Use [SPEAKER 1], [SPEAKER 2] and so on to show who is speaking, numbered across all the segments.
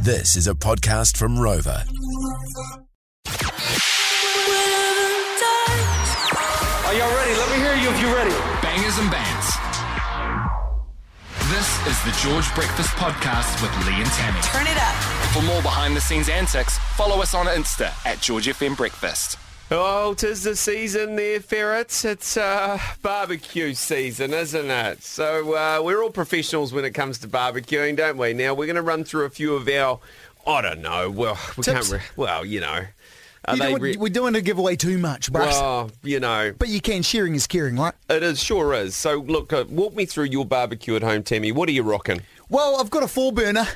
[SPEAKER 1] This is a podcast from Rover.
[SPEAKER 2] Are y'all ready? Let me hear you if you're ready.
[SPEAKER 3] Bangers and Bands. This is the George Breakfast Podcast with Lee and Tammy.
[SPEAKER 4] Turn it up.
[SPEAKER 3] For more behind the scenes antics, follow us on Insta at George FM Breakfast.
[SPEAKER 5] Oh, 'tis the season there, ferrets. It's uh, barbecue season, isn't it? So uh, we're all professionals when it comes to barbecuing, don't we? Now we're going to run through a few of our, I don't know. Well, we can't.
[SPEAKER 6] Tips?
[SPEAKER 5] Re- well, you know, are
[SPEAKER 6] You
[SPEAKER 5] they?
[SPEAKER 6] don't-
[SPEAKER 5] Re-
[SPEAKER 6] we don't want to give away too much, but
[SPEAKER 5] well, you know,
[SPEAKER 6] but you can. Sharing is caring, right?
[SPEAKER 5] it is sure is. So look, uh, walk me through your barbecue at home, Tammy. What are you rocking?
[SPEAKER 6] Well, I've got a four burner,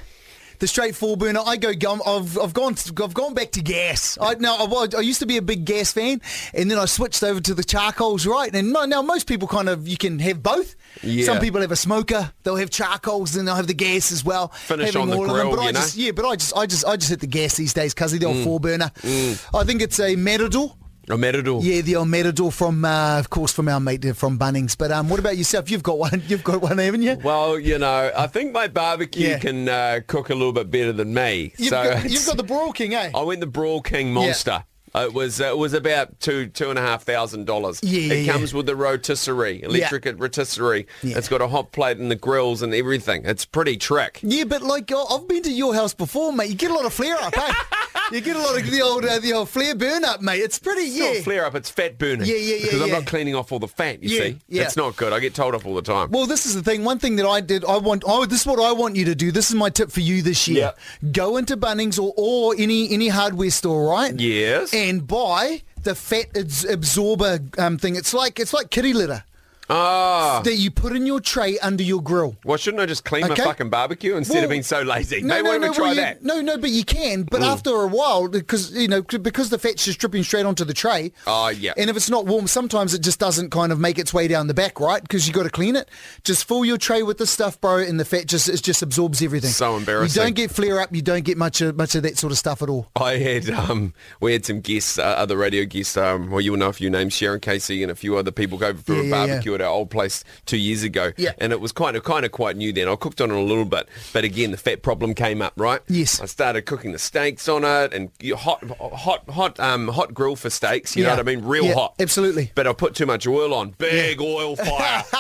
[SPEAKER 6] the straight four burner. I go. gum- I've I've gone. I've gone back to gas. I now I, was- I used to be a big gas fan, and then I switched over to the charcoals, right? And mo- now most people kind of you can have both.
[SPEAKER 5] Yeah.
[SPEAKER 6] Some people have a smoker. They'll have charcoals, then they'll have the gas as well.
[SPEAKER 5] Finish
[SPEAKER 6] having
[SPEAKER 5] on the
[SPEAKER 6] all of them.
[SPEAKER 5] grill,
[SPEAKER 6] But I
[SPEAKER 5] you know? Mm.
[SPEAKER 6] just yeah, but I just I just I just hit the gas these days, cause the old four burner. I think it's a matador.
[SPEAKER 5] A matador.
[SPEAKER 6] Yeah, the old Matador from, uh, of course, from our mate there from Bunnings. But um, what about yourself? You've got one. You've got one, haven't you?
[SPEAKER 5] Well, you know, I think my barbecue
[SPEAKER 6] Yeah.
[SPEAKER 5] can uh, cook a little bit better than me.
[SPEAKER 6] You've,
[SPEAKER 5] so
[SPEAKER 6] got,
[SPEAKER 5] it's-
[SPEAKER 6] you've got the Brawl King, eh?
[SPEAKER 5] I went the Brawl King Monster. It was uh, it was about two two and a half thousand dollars.
[SPEAKER 6] Yeah,
[SPEAKER 5] it
[SPEAKER 6] yeah,
[SPEAKER 5] comes with the rotisserie, electric rotisserie.
[SPEAKER 6] Yeah.
[SPEAKER 5] It's got a hot plate and the grills and everything. It's pretty trick.
[SPEAKER 6] Yeah, but like I- I've been to your house before, mate. You get a lot of flare up, eh? you get a lot of the old uh, the old flare burn up, mate. It's pretty.
[SPEAKER 5] It's
[SPEAKER 6] yeah.
[SPEAKER 5] not flare up. It's fat burning.
[SPEAKER 6] Yeah, yeah, yeah,
[SPEAKER 5] Because I'm
[SPEAKER 6] yeah.
[SPEAKER 5] not cleaning off all the fat. You
[SPEAKER 6] Yeah,
[SPEAKER 5] see,
[SPEAKER 6] yeah.
[SPEAKER 5] it's not good. I get told off all the time.
[SPEAKER 6] Well, this is the thing. One thing that I did, I want. Oh, this is what I want you to do. This is my tip for you this year. Go into Bunnings or, or any any hardware store, right?
[SPEAKER 5] Yes.
[SPEAKER 6] And buy the fat abs- absorber um, thing. It's like it's like kitty litter.
[SPEAKER 5] Ah,
[SPEAKER 6] that you put in your tray under your grill.
[SPEAKER 5] well, shouldn't I just clean my
[SPEAKER 6] Okay.
[SPEAKER 5] fucking barbecue instead
[SPEAKER 6] Well,
[SPEAKER 5] of being so lazy? Maybe why don't we try
[SPEAKER 6] well, you-
[SPEAKER 5] that? Mm.
[SPEAKER 6] no, no, but you can. But after a while, because you know, c- because the fat's just dripping straight onto the tray.
[SPEAKER 5] Oh, yeah.
[SPEAKER 6] And if it's not warm, sometimes it just doesn't kind of make its way down the back, right? Because you got to clean it. Just fill your tray with the stuff, bro, and the fat just it just absorbs everything.
[SPEAKER 5] So embarrassing.
[SPEAKER 6] You don't get flare up. You don't get much of, much of that sort of stuff at all.
[SPEAKER 5] I had um, we had some guests, uh, other radio guests. Um, well, you'll know a few names, Sharon Casey and a few other people go for
[SPEAKER 6] Yeah,
[SPEAKER 5] a
[SPEAKER 6] yeah, yeah.
[SPEAKER 5] barbecue at our old place two years ago.
[SPEAKER 6] Yeah.
[SPEAKER 5] and it was kind of kind of quite new then. I cooked on it a little bit, but again the fat problem came up. Right?
[SPEAKER 6] Yes.
[SPEAKER 5] I started cooking the steaks on it and you- hot, hot, hot, um, hot grill for steaks. You
[SPEAKER 6] Yeah.
[SPEAKER 5] know what I mean? Real
[SPEAKER 6] Yeah,
[SPEAKER 5] hot,
[SPEAKER 6] absolutely.
[SPEAKER 5] But I put too much oil on. Big oil fire.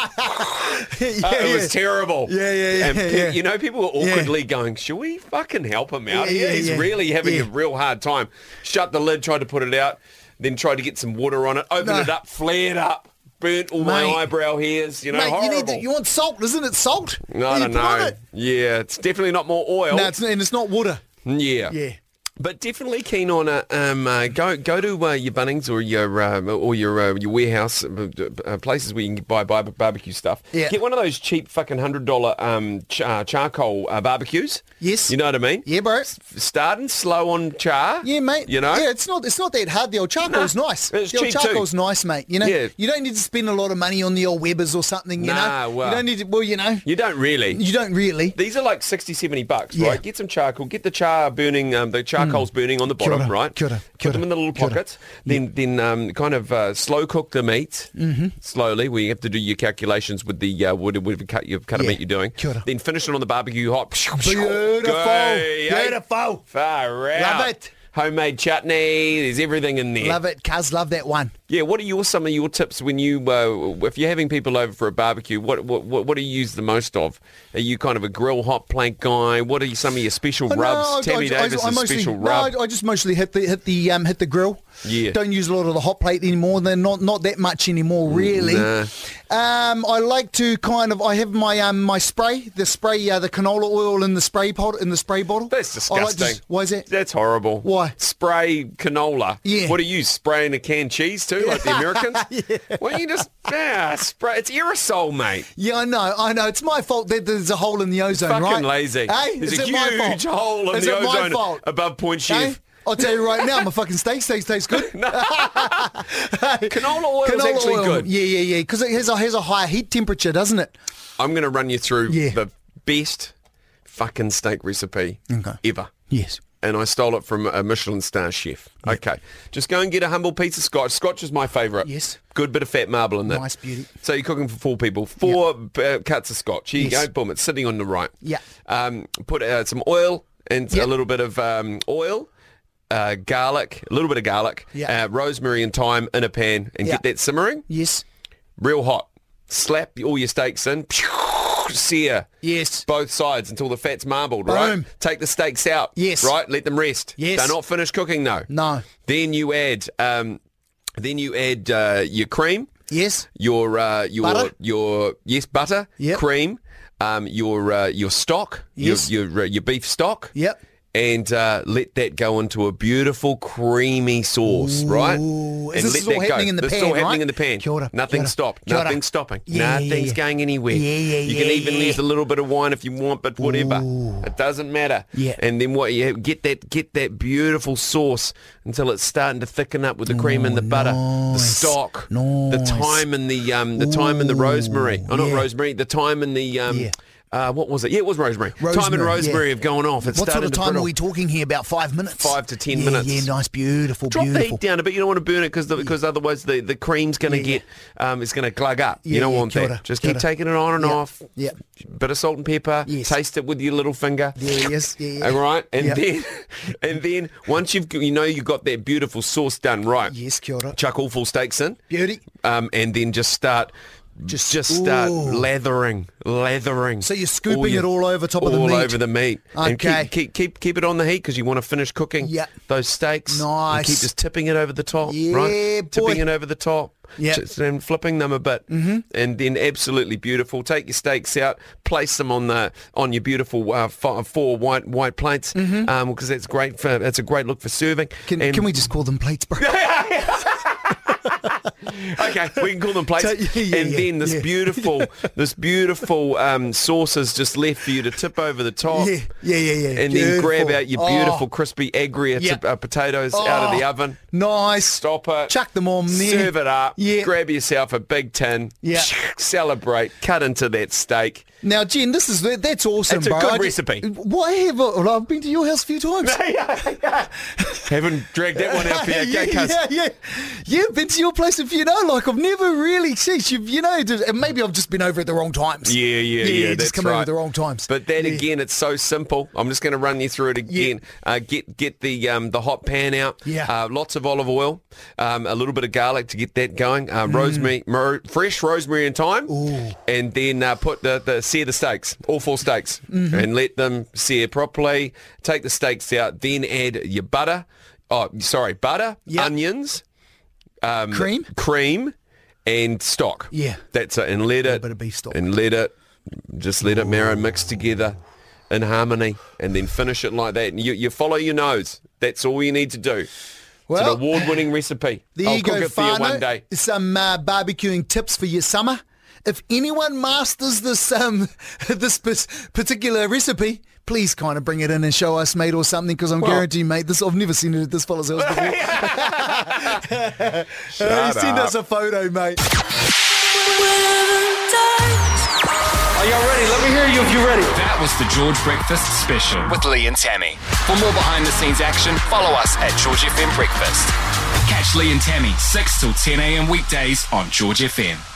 [SPEAKER 6] yeah,
[SPEAKER 5] Uh, it was terrible.
[SPEAKER 6] Yeah, yeah, yeah,
[SPEAKER 5] And pe-
[SPEAKER 6] yeah.
[SPEAKER 5] You know, people were
[SPEAKER 6] Yeah.
[SPEAKER 5] awkwardly going, "Should we fucking help him out?
[SPEAKER 6] Yeah,
[SPEAKER 5] here?
[SPEAKER 6] yeah,
[SPEAKER 5] He's
[SPEAKER 6] yeah.
[SPEAKER 5] really having a
[SPEAKER 6] Yeah.
[SPEAKER 5] real hard time." Shut the lid, tried to put it out, then tried to get some water on it. Opened
[SPEAKER 6] No.
[SPEAKER 5] it up, flared up, burnt all
[SPEAKER 6] Mate.
[SPEAKER 5] my eyebrow hairs. You know,
[SPEAKER 6] Mate, you
[SPEAKER 5] horrible.
[SPEAKER 6] need to, you want salt, isn't it? Salt?
[SPEAKER 5] no, I
[SPEAKER 6] you
[SPEAKER 5] don't
[SPEAKER 6] put on
[SPEAKER 5] know.
[SPEAKER 6] it.
[SPEAKER 5] Yeah, it's definitely not more oil.
[SPEAKER 6] No, it's, and it's not water.
[SPEAKER 5] yeah,
[SPEAKER 6] Yeah.
[SPEAKER 5] But definitely keen on a um, uh, go go to uh, your Bunnings or your um, or your uh, your warehouse uh, uh, places where you can buy, buy barbecue stuff.
[SPEAKER 6] Yeah.
[SPEAKER 5] Get one of those cheap fucking hundred dollar um, ch- uh, charcoal uh, barbecues.
[SPEAKER 6] Yes.
[SPEAKER 5] You know what I mean?
[SPEAKER 6] Yeah, bro.
[SPEAKER 5] Starting slow on char.
[SPEAKER 6] Yeah, mate.
[SPEAKER 5] You know.
[SPEAKER 6] Yeah, it's not it's not that hard. The old charcoal's
[SPEAKER 5] Nah,
[SPEAKER 6] nice.
[SPEAKER 5] it's
[SPEAKER 6] the old
[SPEAKER 5] cheap too.
[SPEAKER 6] charcoal's nice, mate. You know,
[SPEAKER 5] Yeah.
[SPEAKER 6] you don't need to spend a lot of money on the old Webbers or something. You
[SPEAKER 5] Nah,
[SPEAKER 6] know,
[SPEAKER 5] well.
[SPEAKER 6] you don't need to. Well, you know,
[SPEAKER 5] You don't really.
[SPEAKER 6] you don't really.
[SPEAKER 5] These are like 60, 70 bucks,
[SPEAKER 6] Yeah. Mm.
[SPEAKER 5] right? Get some charcoal, get the char burning, um, the charcoal's burning on the
[SPEAKER 6] Kia
[SPEAKER 5] bottom,
[SPEAKER 6] ora,
[SPEAKER 5] right?
[SPEAKER 6] kia ora, kia
[SPEAKER 5] Put them
[SPEAKER 6] ora,
[SPEAKER 5] in the little
[SPEAKER 6] kia ora.
[SPEAKER 5] pockets, then then um, kind of uh, slow cook the meat
[SPEAKER 6] Mm-hmm.
[SPEAKER 5] slowly, where you have to do your calculations with the uh, wood, wood cut, your cut of
[SPEAKER 6] Yeah.
[SPEAKER 5] meat you're doing.
[SPEAKER 6] Kia ora.
[SPEAKER 5] Then finish it on the barbecue hot.
[SPEAKER 6] Beautiful,
[SPEAKER 5] Hey, eh?
[SPEAKER 6] beautiful.
[SPEAKER 5] Far out.
[SPEAKER 6] Love it.
[SPEAKER 5] Homemade chutney, there's everything in there.
[SPEAKER 6] Love it, cuz. Love that one.
[SPEAKER 5] Yeah, what are your some of your tips when you uh, if you're having people over for a barbecue? What what what what do you use the most of? Are you kind of a grill hot plank guy? What are you, some of your special
[SPEAKER 6] Oh, no,
[SPEAKER 5] rubs?
[SPEAKER 6] I-
[SPEAKER 5] Tammy
[SPEAKER 6] I- I-
[SPEAKER 5] Davis
[SPEAKER 6] I mostly-
[SPEAKER 5] special
[SPEAKER 6] no,
[SPEAKER 5] rub.
[SPEAKER 6] I, I just mostly hit the hit the um, hit the grill.
[SPEAKER 5] Yeah.
[SPEAKER 6] Don't use a lot of the hot plate anymore. They're not not that much anymore, really.
[SPEAKER 5] Mm, nah.
[SPEAKER 6] Um, I like to kind of I have my um my spray, the spray, uh, the canola oil in the spray pot in the spray bottle.
[SPEAKER 5] That's
[SPEAKER 6] I like to-
[SPEAKER 5] disgusting.
[SPEAKER 6] why is that?
[SPEAKER 5] That's horrible.
[SPEAKER 6] Why?
[SPEAKER 5] Spray canola.
[SPEAKER 6] Yeah.
[SPEAKER 5] What do you spraying a canned cheese too, like the Americans? Why don't you just ah, spray? It's aerosol, mate.
[SPEAKER 6] Yeah, I know, I know. It's my fault that there's a hole in the ozone,
[SPEAKER 5] Fucking
[SPEAKER 6] right?
[SPEAKER 5] lazy.
[SPEAKER 6] Hey,
[SPEAKER 5] There's
[SPEAKER 6] is
[SPEAKER 5] a
[SPEAKER 6] it my fault?
[SPEAKER 5] huge hole in
[SPEAKER 6] is
[SPEAKER 5] the
[SPEAKER 6] it my
[SPEAKER 5] ozone
[SPEAKER 6] fault?
[SPEAKER 5] above Point
[SPEAKER 6] Hey,
[SPEAKER 5] Chef.
[SPEAKER 6] I'll tell you right now, my fucking steak steak tastes good.
[SPEAKER 5] Canola oil is actually good.
[SPEAKER 6] Yeah, yeah, yeah. Because it has a, has a higher heat temperature, doesn't it?
[SPEAKER 5] I'm going to run you through
[SPEAKER 6] Yeah.
[SPEAKER 5] the best fucking steak recipe
[SPEAKER 6] Okay.
[SPEAKER 5] ever.
[SPEAKER 6] Yes.
[SPEAKER 5] And I stole it from a Michelin star chef. Okay. Just go and get a humble piece of scotch. Scotch is my favourite.
[SPEAKER 6] Yes.
[SPEAKER 5] Good bit of fat marble in that.
[SPEAKER 6] Nice beauty.
[SPEAKER 5] So you're cooking for four people. Four uh, cuts of scotch. Here
[SPEAKER 6] Yes.
[SPEAKER 5] you go. Boom. It's sitting on the right.
[SPEAKER 6] Yeah.
[SPEAKER 5] Um, put uh, some oil. and
[SPEAKER 6] Yep.
[SPEAKER 5] a little bit of um, oil, uh, garlic, a little bit of garlic,
[SPEAKER 6] Yeah.
[SPEAKER 5] uh, rosemary and thyme in a pan and
[SPEAKER 6] Yeah.
[SPEAKER 5] get that simmering
[SPEAKER 6] Yes.
[SPEAKER 5] real hot. Slap all your steaks in, sear
[SPEAKER 6] Yes.
[SPEAKER 5] both sides until the fat's marbled,
[SPEAKER 6] Boom.
[SPEAKER 5] right? Take the steaks out.
[SPEAKER 6] Yes.
[SPEAKER 5] Right? Let them rest.
[SPEAKER 6] Yes.
[SPEAKER 5] They're not finished cooking though.
[SPEAKER 6] No.
[SPEAKER 5] Then you add um, then you add uh, your cream,
[SPEAKER 6] Yes.
[SPEAKER 5] your uh, your
[SPEAKER 6] Butter?
[SPEAKER 5] your yes, butter,
[SPEAKER 6] Yep.
[SPEAKER 5] cream, um, your uh, your stock,
[SPEAKER 6] Yes.
[SPEAKER 5] your your, uh, your beef stock.
[SPEAKER 6] Yep.
[SPEAKER 5] And uh, let that go into a beautiful creamy sauce, right?
[SPEAKER 6] Ooh. Is
[SPEAKER 5] and
[SPEAKER 6] this
[SPEAKER 5] let
[SPEAKER 6] is all
[SPEAKER 5] that
[SPEAKER 6] happening in the
[SPEAKER 5] this is
[SPEAKER 6] pan,
[SPEAKER 5] all happening
[SPEAKER 6] right?
[SPEAKER 5] in the pan.
[SPEAKER 6] Kia ora,
[SPEAKER 5] Nothing
[SPEAKER 6] kia ora,
[SPEAKER 5] stopped.
[SPEAKER 6] kia ora.
[SPEAKER 5] Nothing stopping.
[SPEAKER 6] Yeah, yeah,
[SPEAKER 5] Nothing's
[SPEAKER 6] yeah.
[SPEAKER 5] going anywhere.
[SPEAKER 6] Yeah, yeah,
[SPEAKER 5] You
[SPEAKER 6] yeah,
[SPEAKER 5] can even
[SPEAKER 6] yeah.
[SPEAKER 5] use a little bit of wine if you want, but whatever. It doesn't matter.
[SPEAKER 6] Yeah.
[SPEAKER 5] And then what you have, get that get that beautiful sauce until it's starting to thicken up with the cream and the butter, the
[SPEAKER 6] nice,
[SPEAKER 5] stock, the
[SPEAKER 6] nice.
[SPEAKER 5] thyme and the um the thyme and the
[SPEAKER 6] Ooh,
[SPEAKER 5] rosemary. Oh, not
[SPEAKER 6] yeah.
[SPEAKER 5] rosemary. The thyme and the um.
[SPEAKER 6] Yeah.
[SPEAKER 5] Uh, what was it? Yeah, it was rosemary. Thyme and
[SPEAKER 6] Rosemary,
[SPEAKER 5] rosemary
[SPEAKER 6] yeah.
[SPEAKER 5] have gone off. It's
[SPEAKER 6] what sort
[SPEAKER 5] starting
[SPEAKER 6] of
[SPEAKER 5] to
[SPEAKER 6] time are
[SPEAKER 5] brittle.
[SPEAKER 6] we talking here? About five minutes.
[SPEAKER 5] Five to ten
[SPEAKER 6] Yeah,
[SPEAKER 5] minutes.
[SPEAKER 6] Yeah, nice, beautiful,
[SPEAKER 5] Drop the
[SPEAKER 6] beautiful.
[SPEAKER 5] heat down a bit. You don't want to burn it because because otherwise the, the cream's going to
[SPEAKER 6] Yeah, yeah.
[SPEAKER 5] get um, it's going to glug up.
[SPEAKER 6] Yeah,
[SPEAKER 5] you don't
[SPEAKER 6] yeah,
[SPEAKER 5] want
[SPEAKER 6] kia
[SPEAKER 5] that.
[SPEAKER 6] ora,
[SPEAKER 5] Just
[SPEAKER 6] kia
[SPEAKER 5] keep
[SPEAKER 6] ora.
[SPEAKER 5] taking it on and
[SPEAKER 6] Yeah,
[SPEAKER 5] off.
[SPEAKER 6] yeah.
[SPEAKER 5] Bit of salt and pepper.
[SPEAKER 6] Yes.
[SPEAKER 5] Taste it with your little finger.
[SPEAKER 6] Yeah, yes, yeah, yeah.
[SPEAKER 5] All right, and
[SPEAKER 6] Yeah.
[SPEAKER 5] then and then once you've you know you've got that beautiful sauce done right.
[SPEAKER 6] Yes, kia ora.
[SPEAKER 5] Chuck all full steaks in.
[SPEAKER 6] Beauty.
[SPEAKER 5] Um, and then just start. Just,
[SPEAKER 6] Just-
[SPEAKER 5] just start
[SPEAKER 6] ooh.
[SPEAKER 5] lathering, lathering.
[SPEAKER 6] So you're scooping it all over top
[SPEAKER 5] all
[SPEAKER 6] of the meat.
[SPEAKER 5] over the meat, and
[SPEAKER 6] Okay.
[SPEAKER 5] keep, keep keep keep it on the heat because you want to finish cooking
[SPEAKER 6] Yeah.
[SPEAKER 5] those steaks. and
[SPEAKER 6] Nice.
[SPEAKER 5] keep just tipping it over the top,
[SPEAKER 6] Yeah,
[SPEAKER 5] right? Tipping
[SPEAKER 6] boy.
[SPEAKER 5] it over the top,
[SPEAKER 6] Yeah.
[SPEAKER 5] just, and flipping them a bit, mm-hmm. and then absolutely beautiful. Take your steaks out, place them on the on your beautiful uh, fo- four white white plates, because that's great for that's a great look for serving.
[SPEAKER 6] Mm-hmm. Can,
[SPEAKER 5] And-
[SPEAKER 6] can we just call them plates, bro?
[SPEAKER 5] okay, we can call them plates.
[SPEAKER 6] So, yeah, yeah,
[SPEAKER 5] and
[SPEAKER 6] yeah,
[SPEAKER 5] then this
[SPEAKER 6] yeah.
[SPEAKER 5] beautiful, this beautiful um, sauce is just left for you to tip over the top.
[SPEAKER 6] Yeah, yeah, yeah, yeah.
[SPEAKER 5] And then
[SPEAKER 6] Beautiful.
[SPEAKER 5] grab out your
[SPEAKER 6] Oh.
[SPEAKER 5] beautiful crispy agria
[SPEAKER 6] Yeah.
[SPEAKER 5] tip- uh, potatoes out of the
[SPEAKER 6] Oh,
[SPEAKER 5] oven.
[SPEAKER 6] Nice.
[SPEAKER 5] Stop it.
[SPEAKER 6] Chuck them on there.
[SPEAKER 5] Serve it up.
[SPEAKER 6] Yeah.
[SPEAKER 5] Grab yourself a big tin.
[SPEAKER 6] Yeah.
[SPEAKER 5] Celebrate. Cut into that steak.
[SPEAKER 6] Now, Jen, this is that- that's awesome,
[SPEAKER 5] It's a
[SPEAKER 6] bro.
[SPEAKER 5] good
[SPEAKER 6] I ju-
[SPEAKER 5] recipe.
[SPEAKER 6] Why have I, well, I've been to your house a few times?
[SPEAKER 5] Haven't dragged that one out for you,
[SPEAKER 6] yeah,
[SPEAKER 5] okay, cuz?
[SPEAKER 6] yeah, yeah. Yeah, I've been to your place a few. No, like I've never really, sheesh, you've, you know, just- and maybe I've just been over at the wrong times.
[SPEAKER 5] Yeah, yeah, yeah. that's
[SPEAKER 6] just come
[SPEAKER 5] right.
[SPEAKER 6] over at the wrong times.
[SPEAKER 5] But then
[SPEAKER 6] Yeah.
[SPEAKER 5] again, it's so simple. I'm just going to run you through it again. Uh, get get the um, the hot pan out.
[SPEAKER 6] Yeah.
[SPEAKER 5] Uh, lots of olive oil, um, a little bit of garlic to get that going. Uh, Rosemary,
[SPEAKER 6] Mm.
[SPEAKER 5] mer- fresh rosemary and thyme, and then uh, put the, the sear the steaks, all four steaks,
[SPEAKER 6] Mm-hmm.
[SPEAKER 5] and let them sear properly. Take the steaks out, then add your butter. Oh, sorry, butter,
[SPEAKER 6] Yeah.
[SPEAKER 5] onions,
[SPEAKER 6] cream.
[SPEAKER 5] cream, and stock.
[SPEAKER 6] Yeah.
[SPEAKER 5] that's it. And let it
[SPEAKER 6] bit of beef stock.
[SPEAKER 5] and let it just let it marrow mix together in harmony, and then finish it like that. And you, you follow your nose. That's all you need to do. it's
[SPEAKER 6] Well,
[SPEAKER 5] an award-winning recipe.
[SPEAKER 6] There
[SPEAKER 5] I'll
[SPEAKER 6] you
[SPEAKER 5] cook
[SPEAKER 6] go,
[SPEAKER 5] it for you one
[SPEAKER 6] Farno.
[SPEAKER 5] day.
[SPEAKER 6] Some uh, barbecuing tips for your summer. If anyone masters this um this p- particular recipe, please kind of bring it in and show us, mate, or something. Because I'm
[SPEAKER 5] Well-
[SPEAKER 6] guaranteeing, mate, this I've never seen it at this fella's house before. Uh, send us a photo, mate.
[SPEAKER 2] Are y'all ready? Let me hear you if you're ready.
[SPEAKER 3] That was the George Breakfast Special with Lee and Tammy. For more behind the scenes action, follow us at George FM Breakfast. Catch Lee and Tammy 6 till 10 a.m. weekdays on George FM.